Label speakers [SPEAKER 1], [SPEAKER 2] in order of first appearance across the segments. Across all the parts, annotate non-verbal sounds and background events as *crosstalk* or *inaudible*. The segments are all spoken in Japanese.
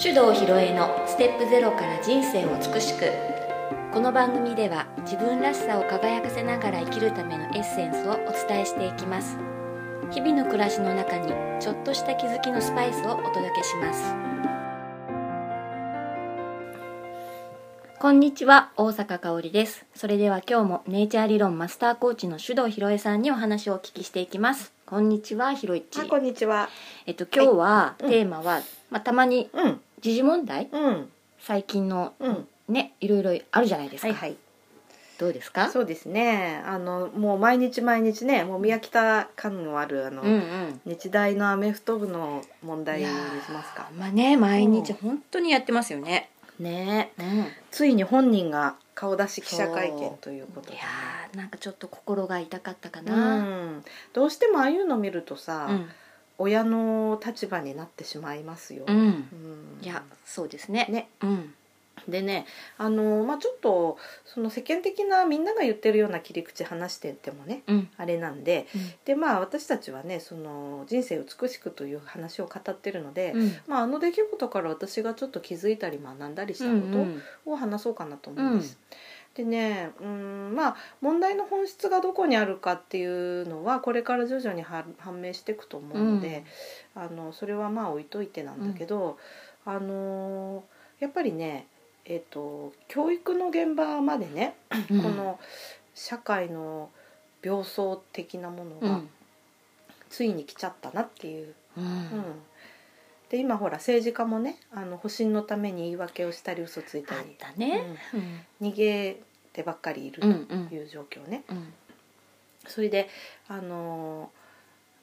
[SPEAKER 1] 手動ひろえのステップゼロから人生を美しくこの番組では自分らしさを輝かせながら生きるためのエッセンスをお伝えしていきます日々の暮らしの中にちょっとした気づきのスパイスをお届けしますこんにちは大阪香織ですそれでは今日もネイチャー理論マスターコーチの手動ひろえさんにお話をお聞きしていきますこんにちはひろいち
[SPEAKER 2] あこんにちは。
[SPEAKER 1] えっと今日は
[SPEAKER 2] うん
[SPEAKER 1] テーマは、まあ、たまに
[SPEAKER 2] うん
[SPEAKER 1] 時事問題
[SPEAKER 2] うん
[SPEAKER 1] 最近の
[SPEAKER 2] うん。
[SPEAKER 1] ねいろいろあるじゃないですか、
[SPEAKER 2] い。
[SPEAKER 1] どうですか
[SPEAKER 2] そうですね。あのもう毎日毎日ね、もう宮北間のあるあの、
[SPEAKER 1] うんうん
[SPEAKER 2] 日大のアメフト部の問題
[SPEAKER 1] いや
[SPEAKER 2] にし
[SPEAKER 1] ー
[SPEAKER 2] ますか。
[SPEAKER 1] まあね毎日本当にやってますよね、
[SPEAKER 2] ねえ。
[SPEAKER 1] うん、いや
[SPEAKER 2] ついに本人が顔出し記者会見ということでね。
[SPEAKER 1] ーなんかちょっと心が痛かったか
[SPEAKER 2] う
[SPEAKER 1] な、
[SPEAKER 2] ん、どうしてもああいうの見るとさ、
[SPEAKER 1] うん
[SPEAKER 2] 親の立場になってしまいますよ。
[SPEAKER 1] うん
[SPEAKER 2] うん
[SPEAKER 1] いやそうですね
[SPEAKER 2] ね、
[SPEAKER 1] うん
[SPEAKER 2] でねあの、まあ、ちょっとその世間的なみんなが言ってるような切り口話しててもね
[SPEAKER 1] うん
[SPEAKER 2] あれなんで
[SPEAKER 1] うん
[SPEAKER 2] でまあ私たちはねその人生美しくという話を語ってるので、
[SPEAKER 1] うん
[SPEAKER 2] まあ、あの出来事から私がちょっと気づいたり学んだりした
[SPEAKER 1] う
[SPEAKER 2] こ
[SPEAKER 1] んうん
[SPEAKER 2] とを話そうかなと思います。でねうんまあ問題の本質がどこにあるかっていうのはこれから徐々には判明していくと思うので、あのそれはまあ置いといてなんだけど、あのやっぱりねえっ、と教育の現場までね、
[SPEAKER 1] うん
[SPEAKER 2] この社会の病巣的なもの
[SPEAKER 1] う
[SPEAKER 2] が
[SPEAKER 1] ん
[SPEAKER 2] ついに来ちゃったなっていう、
[SPEAKER 1] う
[SPEAKER 2] うん
[SPEAKER 1] ん
[SPEAKER 2] で今ほら政治家もねあの保身のために言い訳をしたり嘘つい
[SPEAKER 1] あ
[SPEAKER 2] た
[SPEAKER 1] っ
[SPEAKER 2] り、
[SPEAKER 1] たねうん
[SPEAKER 2] うん逃げてばっかりいる
[SPEAKER 1] うんうん
[SPEAKER 2] という状況ね、
[SPEAKER 1] うん
[SPEAKER 2] それであのー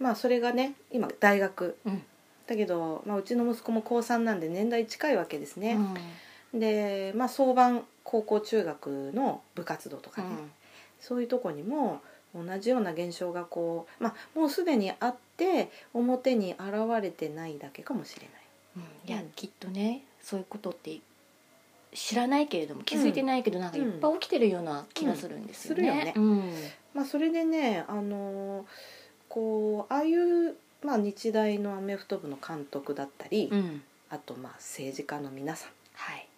[SPEAKER 2] まあそれがね今大学
[SPEAKER 1] うん
[SPEAKER 2] だけど、まあ、うちの息子も高3なんで年代近いわけです
[SPEAKER 1] う
[SPEAKER 2] ね、
[SPEAKER 1] ん
[SPEAKER 2] でまあ早晩高校中学の部活動とかね、そういうとこにも同じような現象がこう、まあ、もうすでにあって表に現れてないだけかもしれない。
[SPEAKER 1] うんいやきっとねそういうことって知らないけれども気づいてないけどなんかいっぱい起きてるような気がするんですよね。
[SPEAKER 2] う
[SPEAKER 1] うん
[SPEAKER 2] まあ、それでね、あのーこうああいう、まあ、日大のアメフト部の監督だったり、
[SPEAKER 1] うん
[SPEAKER 2] あとまあ政治家の皆さん
[SPEAKER 1] はい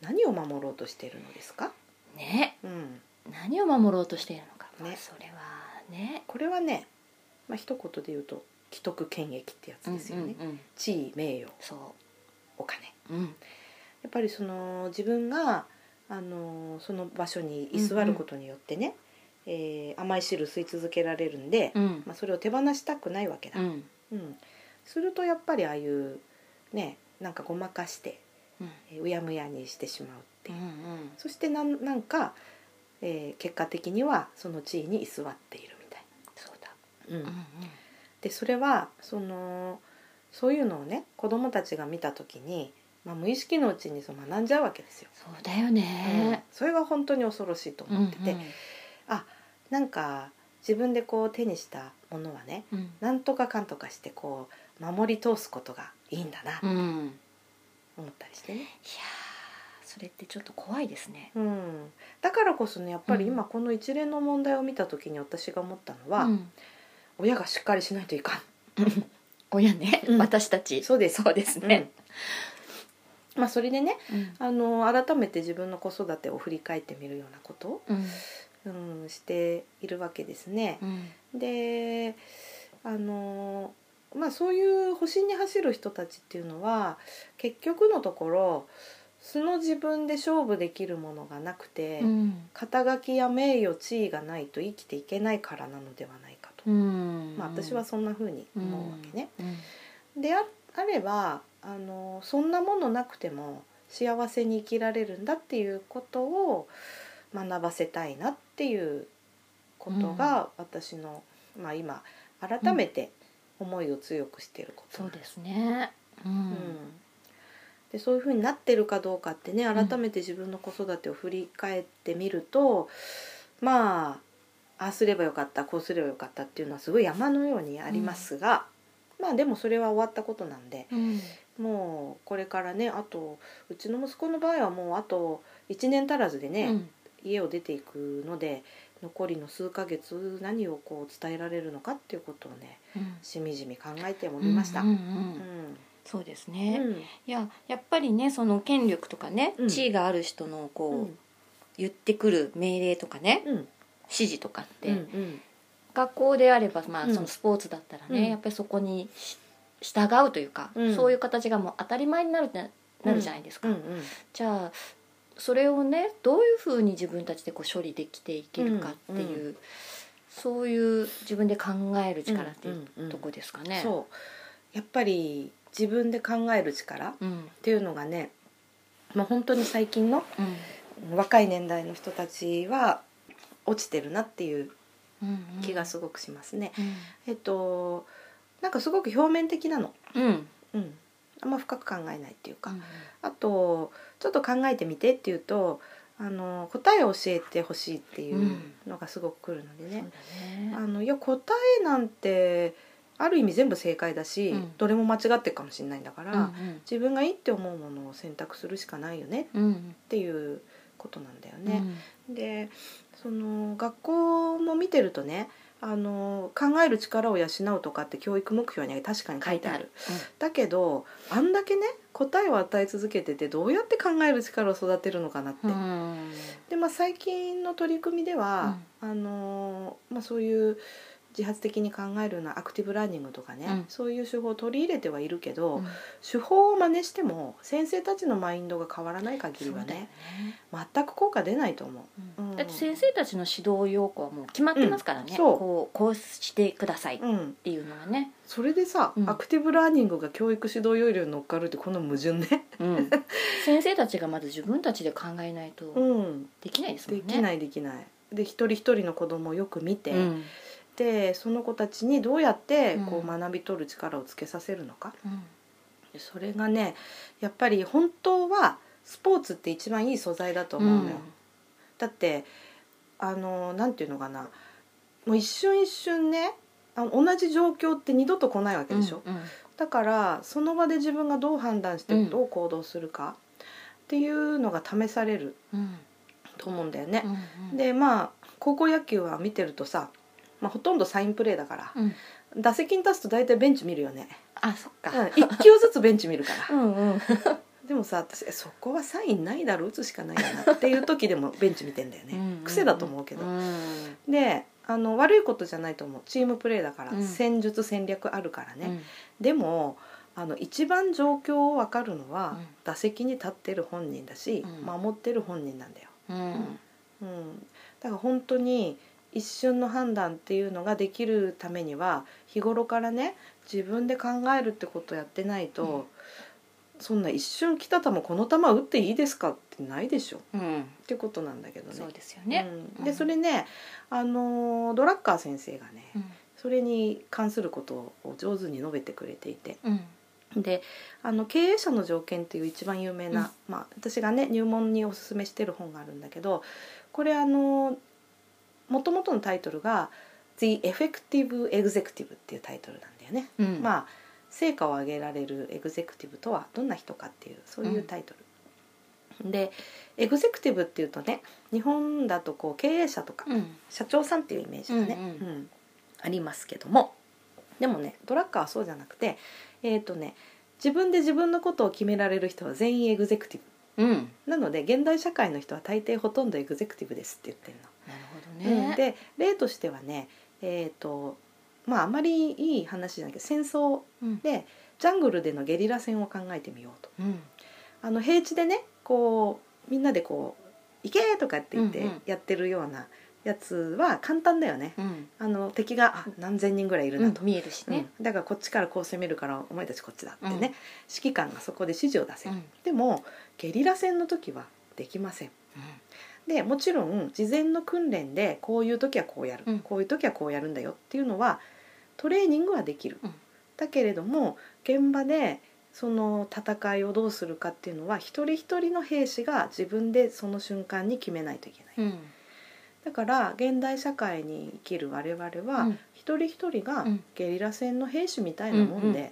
[SPEAKER 2] 何を守ろうとしているのですか、
[SPEAKER 1] ね
[SPEAKER 2] うん、
[SPEAKER 1] 何を守ろうとしているのか、ま
[SPEAKER 2] ね
[SPEAKER 1] あそれはね。
[SPEAKER 2] これはね、まあ一言で言うと既得権益ってやつですよね、
[SPEAKER 1] うんうんうん
[SPEAKER 2] 地位名誉
[SPEAKER 1] そ
[SPEAKER 2] お金
[SPEAKER 1] う、うん
[SPEAKER 2] やっぱりその自分があのその場所に居座ることによってね、えー甘い汁吸い続けられるんで、
[SPEAKER 1] うん
[SPEAKER 2] まあ、それを手放したくないわけだ、
[SPEAKER 1] うん
[SPEAKER 2] うんするとやっぱりああいうねなんかごまかして
[SPEAKER 1] うん
[SPEAKER 2] えーうやむやにしてしまうって
[SPEAKER 1] う
[SPEAKER 2] いう、
[SPEAKER 1] ん
[SPEAKER 2] そしてなんなんか、えー結果的にはその地位に居座っているみたい
[SPEAKER 1] そうだ、
[SPEAKER 2] な、うん
[SPEAKER 1] うん
[SPEAKER 2] でそれはそのそういうのをね子供たちが見た時に、まあ、無意識のうちにその学んじゃうわけですよ。
[SPEAKER 1] そうだよ
[SPEAKER 2] うん
[SPEAKER 1] ね。
[SPEAKER 2] それが本当に恐ろしいと思ってて、
[SPEAKER 1] うん
[SPEAKER 2] なんか自分でこう手にしたものはね
[SPEAKER 1] うん
[SPEAKER 2] なんとかかんとかしてこう守り通すことがいいんだな
[SPEAKER 1] う
[SPEAKER 2] と
[SPEAKER 1] んうんいや
[SPEAKER 2] 思ったりしてね、
[SPEAKER 1] ーそれってちょっと怖いですね。
[SPEAKER 2] うん、だからこそねやっぱり
[SPEAKER 1] うん
[SPEAKER 2] 今この一連の問題を見た時に私が思ったのは、
[SPEAKER 1] うん
[SPEAKER 2] 親がしっかりしないといか
[SPEAKER 1] 親ね、
[SPEAKER 2] うん
[SPEAKER 1] 私たち
[SPEAKER 2] んそうで
[SPEAKER 1] *laughs*
[SPEAKER 2] す
[SPEAKER 1] そうですね。
[SPEAKER 2] まあそれでね
[SPEAKER 1] うん
[SPEAKER 2] あの改めて自分の子育てを振り返ってみるようなことを、
[SPEAKER 1] うん
[SPEAKER 2] うん、しているわけですね。
[SPEAKER 1] うん
[SPEAKER 2] であのまあそういう保身に走る人たちっていうのは結局のところ素の自分で勝負できるものがなくて、
[SPEAKER 1] うん
[SPEAKER 2] 肩書きや名誉地位がないと生きていけないからなのではないかと、
[SPEAKER 1] うん
[SPEAKER 2] まあ、私はそんな風に思うわけね。
[SPEAKER 1] うん
[SPEAKER 2] でああればあのそんなものなくても幸せに生きられるんだっていうことを学ばせたいなっていうことが私の、まあ、今改めて思いを強くしていること
[SPEAKER 1] そ
[SPEAKER 2] な、
[SPEAKER 1] うんですすね。う
[SPEAKER 2] うん
[SPEAKER 1] ん
[SPEAKER 2] でそういうふうになってるかどうかってね改めて自分の子育てを振り返ってみると、まあああすればよかったこうすればよかったっていうのはすごい山のようにありますが、まあでもそれは終わったことなんで
[SPEAKER 1] うん
[SPEAKER 2] もうこれからねあとうちの息子の場合はもうあと1年足らずでね、家を出ていくので残りの数ヶ月何をこう伝えられるのかっていうことをね
[SPEAKER 1] うん
[SPEAKER 2] しみじみ考えてもみました。
[SPEAKER 1] うん
[SPEAKER 2] う
[SPEAKER 1] うんんうんそうです
[SPEAKER 2] う
[SPEAKER 1] ね、
[SPEAKER 2] ん
[SPEAKER 1] いややっぱりねその権力とかね、
[SPEAKER 2] うん
[SPEAKER 1] 地位がある人のこ
[SPEAKER 2] う
[SPEAKER 1] う、
[SPEAKER 2] ん
[SPEAKER 1] 言ってくる命令とかね
[SPEAKER 2] うん
[SPEAKER 1] 指示とかって、
[SPEAKER 2] うんうん
[SPEAKER 1] 学校であれば、ま
[SPEAKER 2] う
[SPEAKER 1] あ、
[SPEAKER 2] ん
[SPEAKER 1] そのスポーツだったらね、
[SPEAKER 2] うん
[SPEAKER 1] やっぱりそこにし従うというか、
[SPEAKER 2] うん
[SPEAKER 1] そういう形がもう当たり前になるってななるじゃないですか、
[SPEAKER 2] うんうん
[SPEAKER 1] じゃあそれをねどういうふうに自分たちでこう処理できていけるかっていう、
[SPEAKER 2] う
[SPEAKER 1] そういう自分で考える力っていう
[SPEAKER 2] うんうん
[SPEAKER 1] とこですかね。
[SPEAKER 2] そうやっぱり自分で考える力っ
[SPEAKER 1] うん
[SPEAKER 2] ていうのがね、まあ、本当に最近の
[SPEAKER 1] うん
[SPEAKER 2] 若い年代の人たちは落ちてるなっていう
[SPEAKER 1] うんうん
[SPEAKER 2] 気がすごくしますね。
[SPEAKER 1] うん
[SPEAKER 2] えっとなんかすごく表面的なの、
[SPEAKER 1] うんうん
[SPEAKER 2] うん、あんま深く考えないっていうか、あとちょっと考えてみてっていうとあの答えを教えてほしいっていうのがすごくくるので
[SPEAKER 1] そう
[SPEAKER 2] ね、
[SPEAKER 1] だね
[SPEAKER 2] あのいや答えなんてある意味全部正解だし、
[SPEAKER 1] うん
[SPEAKER 2] どれも間違ってるかもしれないんだから、
[SPEAKER 1] うん
[SPEAKER 2] 自分がいいって思うものを選択するしかないよね
[SPEAKER 1] うんうん
[SPEAKER 2] っていうことなんだよ
[SPEAKER 1] うん
[SPEAKER 2] ね。でその学校も見てるとねあの考える力を養うとかって教育目標に確かに書いてあるだけどあんだけね答えを与え続けててどうやって考える力を育てるのかなって、
[SPEAKER 1] うん
[SPEAKER 2] でまあ、最近の取り組みでは、あのまあ、そういう自発的に考えるようなアクティブラーニングとかね、
[SPEAKER 1] うん
[SPEAKER 2] そういう手法を取り入れてはいるけど、
[SPEAKER 1] うん
[SPEAKER 2] 手法を真似しても先生たちのマインドが変わらない限り
[SPEAKER 1] そうだ
[SPEAKER 2] は
[SPEAKER 1] よね
[SPEAKER 2] ね全く効果出ないと思
[SPEAKER 1] う
[SPEAKER 2] う。
[SPEAKER 1] ん
[SPEAKER 2] うん
[SPEAKER 1] だって先生たちの指導要項はもう決まってますからね、
[SPEAKER 2] うんそう
[SPEAKER 1] こうこうしてくださいっ
[SPEAKER 2] うん、
[SPEAKER 1] ていうのがね、
[SPEAKER 2] それでさ、
[SPEAKER 1] うん
[SPEAKER 2] アクティブラーニングが教育指導要領に乗っかるってこの矛盾ね、
[SPEAKER 1] うん先生たちがまず自分たちで考えないと
[SPEAKER 2] うん、
[SPEAKER 1] できないですもん
[SPEAKER 2] で
[SPEAKER 1] ね。
[SPEAKER 2] きないできないで一人一人の子供をよく見て、
[SPEAKER 1] うん
[SPEAKER 2] でその子たちにどうやって
[SPEAKER 1] うん
[SPEAKER 2] こう学び取る力をつけさせるのか、
[SPEAKER 1] うん
[SPEAKER 2] それがねやっぱり本当はスポーツって一番いい素材だと思うのよ、だってあのなんていうのかなもう一瞬一瞬ねあの同じ状況って二度と来ないわけでしょ、
[SPEAKER 1] うんうん
[SPEAKER 2] だからその場で自分がどう判断して
[SPEAKER 1] うん
[SPEAKER 2] どう行動するかっていうのが試される
[SPEAKER 1] うん
[SPEAKER 2] と思うんだよね
[SPEAKER 1] う。んうん、
[SPEAKER 2] でまあ高校野球は見てるとさ、まあ、ほとんどサインプレーだから
[SPEAKER 1] うん、
[SPEAKER 2] 打席に立つと大体ベンチ見るよね、
[SPEAKER 1] あそっ
[SPEAKER 2] うん、
[SPEAKER 1] か。
[SPEAKER 2] 1球ずつベンチ見るから *laughs*
[SPEAKER 1] んうん
[SPEAKER 2] でもさ私えそこはサインないだろ打つしかないよなっていう時
[SPEAKER 1] *laughs*
[SPEAKER 2] でもベンチ見てんだよね癖だと思うけど。
[SPEAKER 1] ん
[SPEAKER 2] であの悪いことじゃないと思うチームプレーだから、
[SPEAKER 1] うん
[SPEAKER 2] 戦術戦略あるからね、でもあの一番状況を分かるのは、
[SPEAKER 1] うん
[SPEAKER 2] 打席に立ってる本人だし、
[SPEAKER 1] うん
[SPEAKER 2] 守ってる本人なんだよ、
[SPEAKER 1] うんうん
[SPEAKER 2] うん、だから本当に一瞬の判断っていうのができるためには日頃からね自分で考えるってことをやってないと、そんな一瞬来た球この球打っていいですかってないでしょっ
[SPEAKER 1] うん、
[SPEAKER 2] てことなんだけどね。
[SPEAKER 1] そうですよね。
[SPEAKER 2] うん、
[SPEAKER 1] う
[SPEAKER 2] で
[SPEAKER 1] ん
[SPEAKER 2] それね、あのードラッカー先生がね、
[SPEAKER 1] うん
[SPEAKER 2] それに関することを上手に述べてくれていて
[SPEAKER 1] うん
[SPEAKER 2] であの経営者の条件っていう一番有名な、まあ、私がね入門におすすめしてる本があるんだけどこれあのもともとのタイトルが「The Effective Executive」っていうタイトルなんだよね。
[SPEAKER 1] うん、あ、
[SPEAKER 2] まあ成果を上げられるエグゼクティブとはどんな人かっていうそういうタイトル、でエグゼクティブっていうとね日本だとこう経営者とか
[SPEAKER 1] うん
[SPEAKER 2] 社長さんっていうイメージがね、
[SPEAKER 1] うん
[SPEAKER 2] うんありますけどもでもねドラッカーはそうじゃなくてえっ、とね自分で自分のことを決められる人は全員エグゼクティ
[SPEAKER 1] うん、
[SPEAKER 2] ブなので現代社会の人は大抵ほとんどエグゼクティブですって言ってるの。
[SPEAKER 1] なるほど
[SPEAKER 2] うん
[SPEAKER 1] ね。
[SPEAKER 2] で例としてはねえっ、とまああまりいい話じゃないけど戦争
[SPEAKER 1] うん
[SPEAKER 2] でジャングルでのゲリラ戦を考えてみようと
[SPEAKER 1] うん
[SPEAKER 2] あの平地でねこうみんなでこう「行け!」とかって言って
[SPEAKER 1] うんうん
[SPEAKER 2] やってるようなやつは簡単だよね、
[SPEAKER 1] うん
[SPEAKER 2] あの敵があ何千人ぐらいいるなと、
[SPEAKER 1] 見えるしね。
[SPEAKER 2] うんだからこっちからこう攻めるからお前たちこっちだってね、
[SPEAKER 1] うん
[SPEAKER 2] 指揮官がそこで指示を出せ
[SPEAKER 1] う
[SPEAKER 2] る、
[SPEAKER 1] ん
[SPEAKER 2] でもゲリラ戦の時はできませんでもちろん事前の訓練でこういう時はこうやる、
[SPEAKER 1] うん
[SPEAKER 2] こういう時はこうやるんだよっていうのはトレーニングはできる、
[SPEAKER 1] うん
[SPEAKER 2] だけれども現場でその戦いをどうするかっていうのは一人一人の兵士が自分でその瞬間に決めないといけない、
[SPEAKER 1] うん
[SPEAKER 2] だから現代社会に生きる我々は、
[SPEAKER 1] うん
[SPEAKER 2] 一人一人が
[SPEAKER 1] うん
[SPEAKER 2] ゲリラ戦の兵士みたいなもんで、
[SPEAKER 1] うん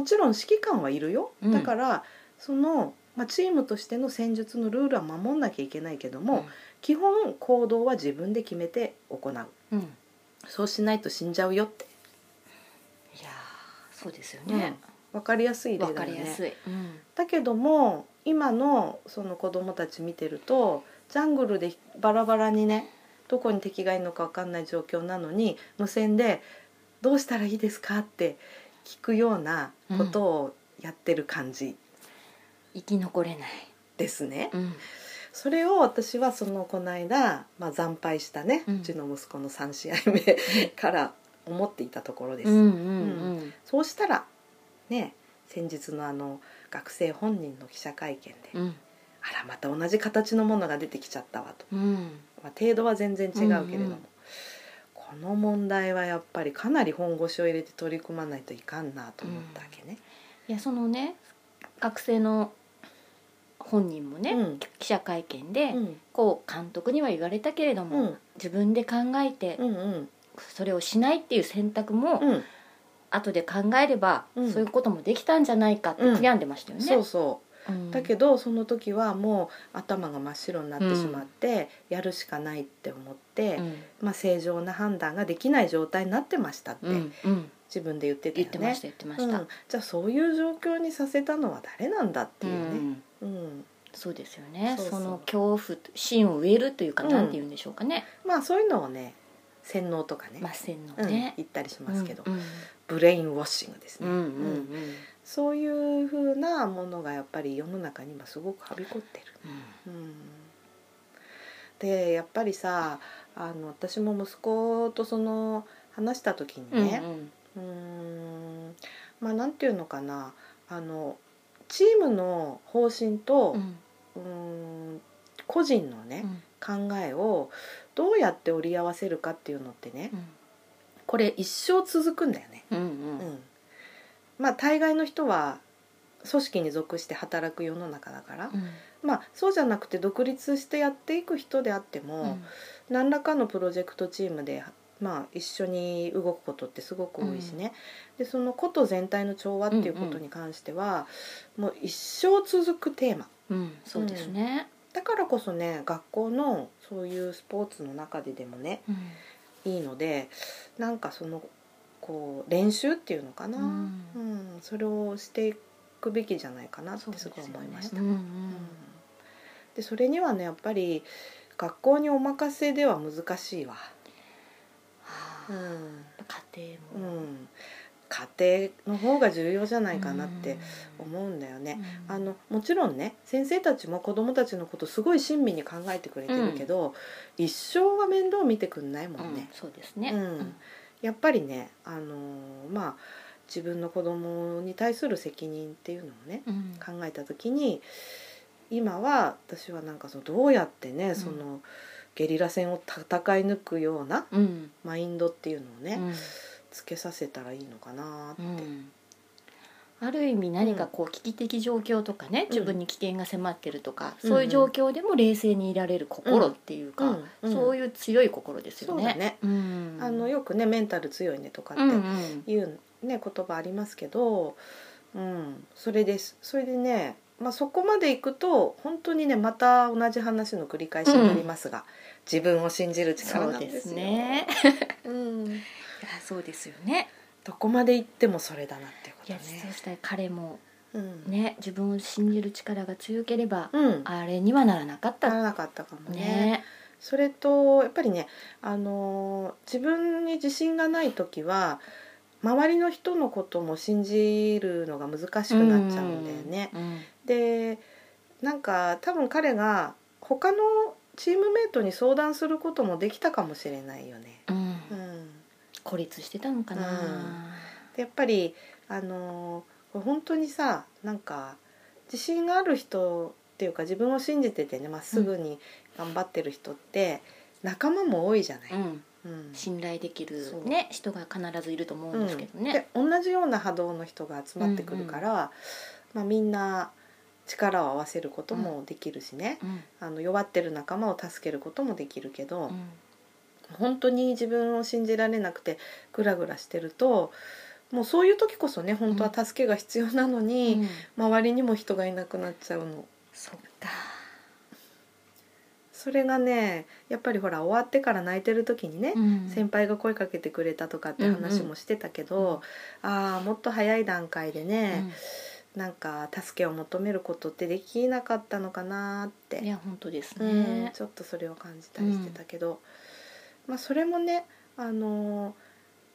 [SPEAKER 2] もちろん指揮官はいるよ、
[SPEAKER 1] うん
[SPEAKER 2] だからその、まあ、チームとしての戦術のルールは守んなきゃいけないけども、基本行動は自分で決めて行う
[SPEAKER 1] うん、い
[SPEAKER 2] そうしないと死んじゃうよって
[SPEAKER 1] やーそうですよ
[SPEAKER 2] ね
[SPEAKER 1] ね。
[SPEAKER 2] 分かりやすい例
[SPEAKER 1] わ
[SPEAKER 2] だ
[SPEAKER 1] か
[SPEAKER 2] よ
[SPEAKER 1] りや
[SPEAKER 2] ね。
[SPEAKER 1] すい、うん
[SPEAKER 2] だけども今のその子供たち見てるとジャングルでバラバラにねどこに敵がいるのか分かんない状況なのに無線で「どうしたらいいですか?」って聞くようなことをやってる感じ
[SPEAKER 1] 生き残れない、
[SPEAKER 2] ですね。
[SPEAKER 1] うん
[SPEAKER 2] それを私はそのこの間、まあ、惨敗したね、
[SPEAKER 1] う
[SPEAKER 2] うんちの息子の3試合目から思っていたところです。
[SPEAKER 1] うんうんうん
[SPEAKER 2] そうしたらね先日のあの学生本人の記者会見で「
[SPEAKER 1] うん
[SPEAKER 2] あらまた同じ形のものが出てきちゃったわと」
[SPEAKER 1] うん
[SPEAKER 2] まあ、程度は全然違うけれども、
[SPEAKER 1] うんうん
[SPEAKER 2] この問題はやっぱりかなり本腰を入れて取り組まないといかんなと思ったわけね。
[SPEAKER 1] いやそのね学生の本人もね、
[SPEAKER 2] うん
[SPEAKER 1] 記者会見で、
[SPEAKER 2] うん
[SPEAKER 1] こう監督には言われたけれども、
[SPEAKER 2] うん
[SPEAKER 1] 自分で考えて、
[SPEAKER 2] うんうん
[SPEAKER 1] それをしないっていう選択も、
[SPEAKER 2] うん
[SPEAKER 1] 後で考えれば、
[SPEAKER 2] うん
[SPEAKER 1] そういうこともできたんじゃないかって
[SPEAKER 2] うん
[SPEAKER 1] 悔やんでましたよね。
[SPEAKER 2] そうそう
[SPEAKER 1] うん
[SPEAKER 2] だけどその時はもう頭が真っ白になってしまって、やるしかないって思って、
[SPEAKER 1] うん
[SPEAKER 2] まあ、正常な判断ができない状態になってましたって、
[SPEAKER 1] うんうん
[SPEAKER 2] 自分で言ってた
[SPEAKER 1] 言
[SPEAKER 2] よ
[SPEAKER 1] ってま
[SPEAKER 2] ね
[SPEAKER 1] した。言ってま
[SPEAKER 2] う
[SPEAKER 1] した。
[SPEAKER 2] ん、じゃあそういう状況にさせたのは誰なんだっていううんね、うん
[SPEAKER 1] そうですよね
[SPEAKER 2] そ
[SPEAKER 1] そう
[SPEAKER 2] そう
[SPEAKER 1] の恐怖心を植えるというか、
[SPEAKER 2] うん
[SPEAKER 1] なんて言うんでしょうかね
[SPEAKER 2] まあそういうのをね洗脳とかね
[SPEAKER 1] ませんの
[SPEAKER 2] うん、
[SPEAKER 1] ね、
[SPEAKER 2] 言ったりしますけど、
[SPEAKER 1] うん
[SPEAKER 2] ブレインウォッシングです
[SPEAKER 1] う
[SPEAKER 2] ね、
[SPEAKER 1] んうんうんうん
[SPEAKER 2] そういうふうなものがやっぱり世の中に今すごくはびこってる。うんでやっぱりさあの私も息子とその話した時に
[SPEAKER 1] うん
[SPEAKER 2] ねうーんまあなんていうのかなあのチームの方針と
[SPEAKER 1] う、ん
[SPEAKER 2] うーん個人のね、考えをどうやって折り合わせるかっていうのってねこれ一生続くんだよね。
[SPEAKER 1] うんうん
[SPEAKER 2] う
[SPEAKER 1] うん
[SPEAKER 2] ん、まあ大概の人は組織に属して働く世の中だから、まあ、そうじゃなくて独立してやっていく人であって
[SPEAKER 1] う
[SPEAKER 2] も、
[SPEAKER 1] ん
[SPEAKER 2] 何らかのプロジェクトチームで、まあ、一緒に動くことってすごく多いしね、でそのこと全体の調和っていうことに関しては、もう一生続くテーマ
[SPEAKER 1] うんそうですね。
[SPEAKER 2] だからこそね学校のそういうスポーツの中ででもね
[SPEAKER 1] うん
[SPEAKER 2] いいのでなんかそのこう練習っていうのかな、
[SPEAKER 1] う
[SPEAKER 2] うん
[SPEAKER 1] ん
[SPEAKER 2] それをしていくべきじゃないかなっ
[SPEAKER 1] そうで
[SPEAKER 2] て
[SPEAKER 1] す
[SPEAKER 2] す
[SPEAKER 1] よ
[SPEAKER 2] ごい
[SPEAKER 1] ね
[SPEAKER 2] 思いました。
[SPEAKER 1] うん
[SPEAKER 2] でそれにはねやっぱり学校にお任せでは難しいわ、う
[SPEAKER 1] うん
[SPEAKER 2] ん
[SPEAKER 1] 家
[SPEAKER 2] う
[SPEAKER 1] 庭も
[SPEAKER 2] ん、家庭の方が重要じゃないかなって
[SPEAKER 1] う
[SPEAKER 2] 思うんだよね。
[SPEAKER 1] ん
[SPEAKER 2] あのもちろんね先生たちも子どもたちのことすごい親身に考えてくれてるけど、一生は面倒見てくんないも
[SPEAKER 1] うん
[SPEAKER 2] ね
[SPEAKER 1] ん。そうですね。
[SPEAKER 2] うんやっぱりね、あのーまあ、自分の子供に対する責任っていうのをね
[SPEAKER 1] うん
[SPEAKER 2] 考えた時に今は私はなんかそのどうやってね、
[SPEAKER 1] ん
[SPEAKER 2] そのゲリラ戦を戦い抜くような
[SPEAKER 1] うん
[SPEAKER 2] マインドっていうのをね、
[SPEAKER 1] うん
[SPEAKER 2] つけさせたらいいのかなって、
[SPEAKER 1] うんある意味何かこう危機的状況とかね、自分に危険が迫ってるとか、
[SPEAKER 2] うん
[SPEAKER 1] そういう状況でも冷静にいられる心っていうか、
[SPEAKER 2] うん
[SPEAKER 1] そういう強い心ですよね。
[SPEAKER 2] そうだね
[SPEAKER 1] うん
[SPEAKER 2] あのよくねメンタル強いねとかっ
[SPEAKER 1] うんう
[SPEAKER 2] て
[SPEAKER 1] ん
[SPEAKER 2] いう、ね、言葉ありますけど、うん、それですそれでね、まあ、そこまでいくと本当にねまた同じ話の繰り返しになりますが、自分を信じる力
[SPEAKER 1] そ
[SPEAKER 2] な
[SPEAKER 1] うんで
[SPEAKER 2] ですすよ
[SPEAKER 1] ね。
[SPEAKER 2] うん、
[SPEAKER 1] いやそうですよね。
[SPEAKER 2] どこまで行ってもそれだなっていうこ
[SPEAKER 1] い
[SPEAKER 2] と
[SPEAKER 1] や
[SPEAKER 2] ね。
[SPEAKER 1] そうしたら彼も
[SPEAKER 2] うん
[SPEAKER 1] ね自分を信じる力が強ければ、
[SPEAKER 2] うん、な
[SPEAKER 1] あれにはならなかった
[SPEAKER 2] らなかったかもね
[SPEAKER 1] ね。
[SPEAKER 2] それとやっぱりね、あのー自分に自信がない時は周りの人のことも信じるのが難しくなっちゃうんだよね。
[SPEAKER 1] うん
[SPEAKER 2] でなんか多分彼が他のチームメートに相談することもできたかもしれないよね。
[SPEAKER 1] うん
[SPEAKER 2] う
[SPEAKER 1] うん
[SPEAKER 2] ん、
[SPEAKER 1] 孤立してたのかな。
[SPEAKER 2] でやっぱり、あのーこれ本当にさなんか自信がある人っていうか自分を信じててねまっすぐに頑張ってる人って仲間も多いじゃない。
[SPEAKER 1] うん
[SPEAKER 2] うん
[SPEAKER 1] 信頼できる
[SPEAKER 2] そう、
[SPEAKER 1] ね、人が必ずいると思うんですけど
[SPEAKER 2] うん
[SPEAKER 1] ね。
[SPEAKER 2] で同じような波動の人が集まってくるから、まあ、みんな力を合わせることもできるしね、
[SPEAKER 1] うん
[SPEAKER 2] あの弱ってる仲間を助けることもできるけど、
[SPEAKER 1] うん
[SPEAKER 2] 本当に自分を信じられなくてグラグラしてるともうそういう時こそね本当は助けが必要なのに、周りにも人がいなくなっちゃうの
[SPEAKER 1] そっか
[SPEAKER 2] それがねやっぱりほら終わってから泣いてる時にね、
[SPEAKER 1] うん
[SPEAKER 2] 先輩が声かけてくれたとかって話もしてたけど、ああもっと早い段階でね、なんか助けを求めることってできなかったのかな
[SPEAKER 1] う
[SPEAKER 2] ーっ
[SPEAKER 1] んい
[SPEAKER 2] て、
[SPEAKER 1] や本当です
[SPEAKER 2] うん
[SPEAKER 1] ね、
[SPEAKER 2] ちょっとそれを感じたりしてたけど、まあそれもねあのー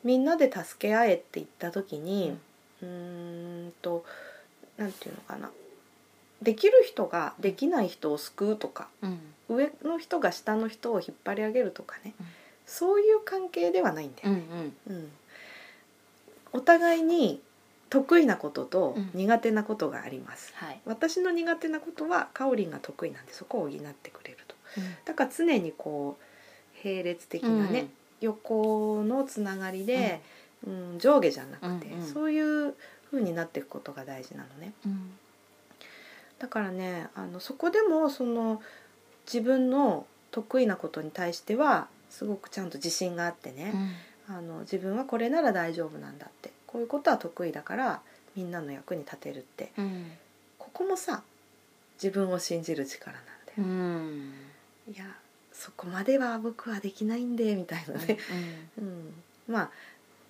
[SPEAKER 2] みんなで助け合えって言った時にうーんとなんていうのかなできる人ができない人を救うとか
[SPEAKER 1] うん
[SPEAKER 2] 上の人が下の人を引っ張り上げるとかね、
[SPEAKER 1] うん
[SPEAKER 2] そういう関係ではないんだ
[SPEAKER 1] う
[SPEAKER 2] よ、
[SPEAKER 1] んうん
[SPEAKER 2] うんお互いに得意なことと
[SPEAKER 1] うん
[SPEAKER 2] 苦手なことがあります、
[SPEAKER 1] はい、
[SPEAKER 2] 私の苦手なことはかおりんが得意なんでそこを補ってくれるとだから常にこう並列的なね、横のつながりで、うん上下じゃなくて、
[SPEAKER 1] うんうん
[SPEAKER 2] そういう風になっていくことが大事なのね
[SPEAKER 1] うん、うん
[SPEAKER 2] だからねあのそこでもその自分の得意なことに対してはすごくちゃんと自信があってね、あの自分はこれなら大丈夫なんだってこういうことは得意だからみんなの役に立てるって
[SPEAKER 1] うん
[SPEAKER 2] ここもさ自分を信じる力なんだ
[SPEAKER 1] う
[SPEAKER 2] よ、
[SPEAKER 1] ん
[SPEAKER 2] いやそこまでは僕はできないんでみたいなね、
[SPEAKER 1] う
[SPEAKER 2] うん、まあ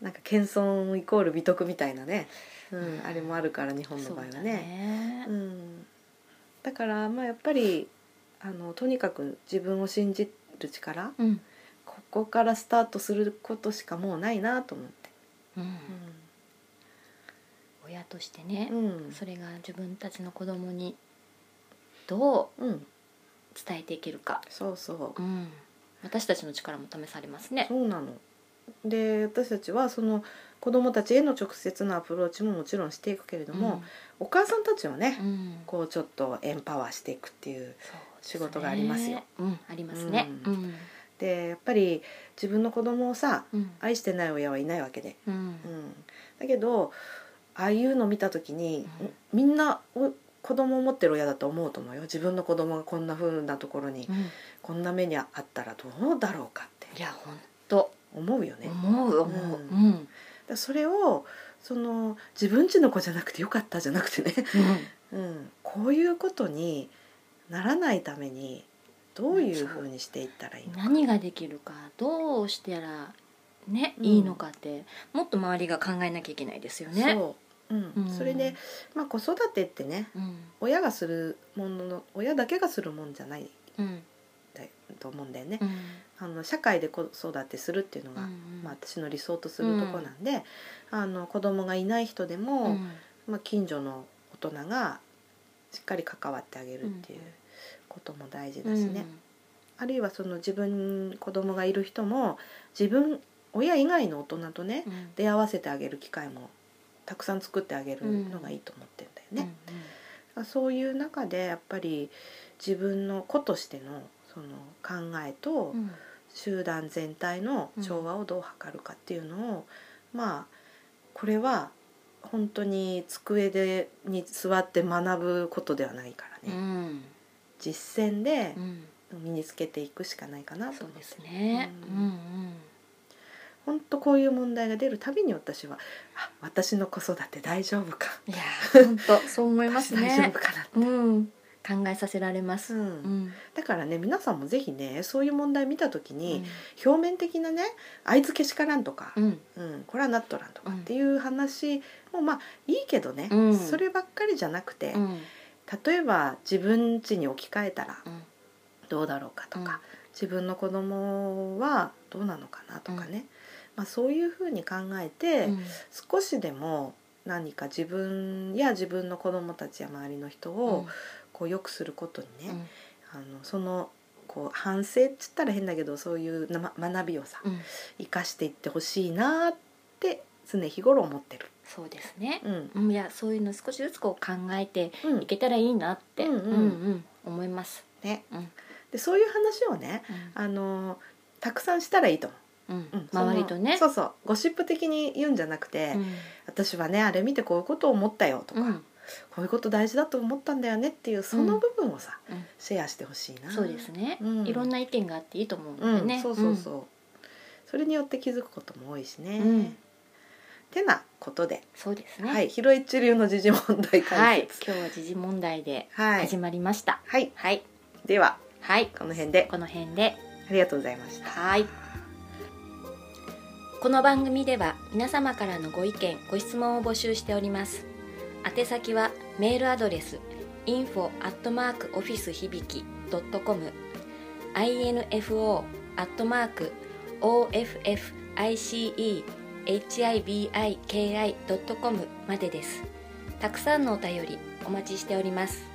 [SPEAKER 2] なんか謙遜イコール美徳みたいなね、うん、あれもあるから日
[SPEAKER 1] ん
[SPEAKER 2] 本の
[SPEAKER 1] そう
[SPEAKER 2] 場合は
[SPEAKER 1] だ
[SPEAKER 2] ね。
[SPEAKER 1] ね
[SPEAKER 2] うん、だからまあやっぱりあのとにかく自分を信じる力
[SPEAKER 1] うん
[SPEAKER 2] ここからスタートすることしかもうないなと思って、
[SPEAKER 1] うん
[SPEAKER 2] う
[SPEAKER 1] 親としてね、
[SPEAKER 2] んうん
[SPEAKER 1] それが自分たちの子供にど
[SPEAKER 2] うん、
[SPEAKER 1] う伝えていけるか、
[SPEAKER 2] そうそう
[SPEAKER 1] うん、私たちの力も試されますね。
[SPEAKER 2] そうなの。で私たちはその子どもたちへの直接のアプローチももちろんしていくけれども、お母さんたちをね、
[SPEAKER 1] うん、うん
[SPEAKER 2] こうちょっとエンパワーしていくっていう
[SPEAKER 1] そうですね
[SPEAKER 2] 仕事がありますよ。
[SPEAKER 1] うん、ありますね。
[SPEAKER 2] う
[SPEAKER 1] うん、
[SPEAKER 2] でやっぱり自分の子供をさ
[SPEAKER 1] うん、
[SPEAKER 2] 愛してない親はいないわけで
[SPEAKER 1] うん
[SPEAKER 2] う、ん、だけどああいうの見た時に、
[SPEAKER 1] うん
[SPEAKER 2] んみんなお子供を持ってる親だと思うと思うよ自分の子供がこんな風なところに、
[SPEAKER 1] うん、
[SPEAKER 2] こんな目にあったらどうだろうかっ
[SPEAKER 1] い
[SPEAKER 2] て
[SPEAKER 1] や、本当、
[SPEAKER 2] 思うよね。だか
[SPEAKER 1] 思う、思う、
[SPEAKER 2] うん
[SPEAKER 1] うん、うん、
[SPEAKER 2] らそれをその自分ちの子じゃなくてよかったじゃなくてね、 *laughs* うん、こういうことにならないためにどういう風にしていったらいいのか。
[SPEAKER 1] 何ができるか、どうしたら。ね、
[SPEAKER 2] うん
[SPEAKER 1] いいのかって、もっと周りが考えなきゃいけないですよね。
[SPEAKER 2] そう、うん
[SPEAKER 1] うん
[SPEAKER 2] それで、まあ、子育てってね
[SPEAKER 1] うん、
[SPEAKER 2] 親がするものの親だけがするもんじゃない
[SPEAKER 1] うん、
[SPEAKER 2] だと思うんだよね
[SPEAKER 1] う。ん、
[SPEAKER 2] あの社会で子育てするっていうのが、
[SPEAKER 1] うん
[SPEAKER 2] まあ、私の理想とするとこなんで、あの子供がいない人で
[SPEAKER 1] う
[SPEAKER 2] も、
[SPEAKER 1] ん、
[SPEAKER 2] まあ、近所の大人がしっかり関わってあげるっていう
[SPEAKER 1] うん
[SPEAKER 2] ことも大事だしね、あるいはその自分子供がいる人も自分親以外の大人とね
[SPEAKER 1] うん、うん、
[SPEAKER 2] 出会わせてあげる機会もたくさん作ってあげるのがいいと思ってんだよね。
[SPEAKER 1] うん、うん
[SPEAKER 2] そういう中でやっぱり自分の子としてのその考えと
[SPEAKER 1] うん
[SPEAKER 2] 集団全体の調和をどう図るかっていうのを、まあこれは本当に机でに座って学ぶことではないからね、
[SPEAKER 1] うん
[SPEAKER 2] 実践で
[SPEAKER 1] うん、
[SPEAKER 2] 身につけていくしかないかなと
[SPEAKER 1] そう
[SPEAKER 2] 思って
[SPEAKER 1] ですね。う
[SPEAKER 2] うん
[SPEAKER 1] んうん
[SPEAKER 2] 本当こういう問題が出るたびに私はあ私の子育て大丈夫か
[SPEAKER 1] いやー、本当そう思います
[SPEAKER 2] 私大丈夫
[SPEAKER 1] ね。
[SPEAKER 2] か
[SPEAKER 1] う
[SPEAKER 2] な、
[SPEAKER 1] ん、考えさせられます。
[SPEAKER 2] う
[SPEAKER 1] うんん、
[SPEAKER 2] だからね皆さんもぜひねそういう問題見た時に、
[SPEAKER 1] うん
[SPEAKER 2] 表面的なねあいつけしからんとか、
[SPEAKER 1] うん、
[SPEAKER 2] うん、これはなっとらんとか
[SPEAKER 1] うん
[SPEAKER 2] っていう話もまあいいけどね、
[SPEAKER 1] うん
[SPEAKER 2] そればっかりじゃなくて、
[SPEAKER 1] うん、
[SPEAKER 2] 例えば自分家に置き換えたら
[SPEAKER 1] うん
[SPEAKER 2] どうだろうかとか、自分の子供はどうなのかなとかね、まあ、そういうふうに考えて、
[SPEAKER 1] うん
[SPEAKER 2] 少しでも何か自分や自分の子供たちや周りの人をこう良くすることにね、あのそのこう反省っつったら変だけどそういうなま学びをさ、
[SPEAKER 1] うんうん
[SPEAKER 2] 生かしていってほしいなって常日頃思ってる。
[SPEAKER 1] そうですね。
[SPEAKER 2] うん
[SPEAKER 1] うん、いや、そういうの少しずつこう考えて
[SPEAKER 2] うん
[SPEAKER 1] いけたらいいなって、
[SPEAKER 2] うんうん
[SPEAKER 1] うん思います。
[SPEAKER 2] ね
[SPEAKER 1] うん、
[SPEAKER 2] でそういう話をね、あのーたくさんしたらいいと
[SPEAKER 1] う
[SPEAKER 2] 思
[SPEAKER 1] ん、
[SPEAKER 2] う。
[SPEAKER 1] う
[SPEAKER 2] うんん、
[SPEAKER 1] 周りとね。
[SPEAKER 2] そのそうそうゴシップ的に言うんじゃなくて、
[SPEAKER 1] うん
[SPEAKER 2] 私はねあれ見てこういうことを思ったよとか、
[SPEAKER 1] うん
[SPEAKER 2] こういうこと大事だと思ったんだよねっていうその部分をさ、
[SPEAKER 1] うん
[SPEAKER 2] シェアしてほしいな。
[SPEAKER 1] そうですね、
[SPEAKER 2] うん
[SPEAKER 1] いろんな意見があっていいと思う
[SPEAKER 2] う
[SPEAKER 1] ので
[SPEAKER 2] ん、
[SPEAKER 1] ね。
[SPEAKER 2] そうそうそう。それによって気づくことも多いしね。
[SPEAKER 1] うん
[SPEAKER 2] てなことで、
[SPEAKER 1] そうですね。
[SPEAKER 2] はい、ひろいっち流の時事問題
[SPEAKER 1] はい、
[SPEAKER 2] 解
[SPEAKER 1] 今日は時事問題で
[SPEAKER 2] 説。はい。
[SPEAKER 1] 始まりました。
[SPEAKER 2] はい、
[SPEAKER 1] はい、
[SPEAKER 2] では。
[SPEAKER 1] はい
[SPEAKER 2] この辺で
[SPEAKER 1] この辺で
[SPEAKER 2] ありがとうございました。
[SPEAKER 1] はいこの番組では皆様からのご意見ご質問を募集しております宛先はメールアドレス info office 響き .com info officehibiki.com までですたくさんのお便りお待ちしております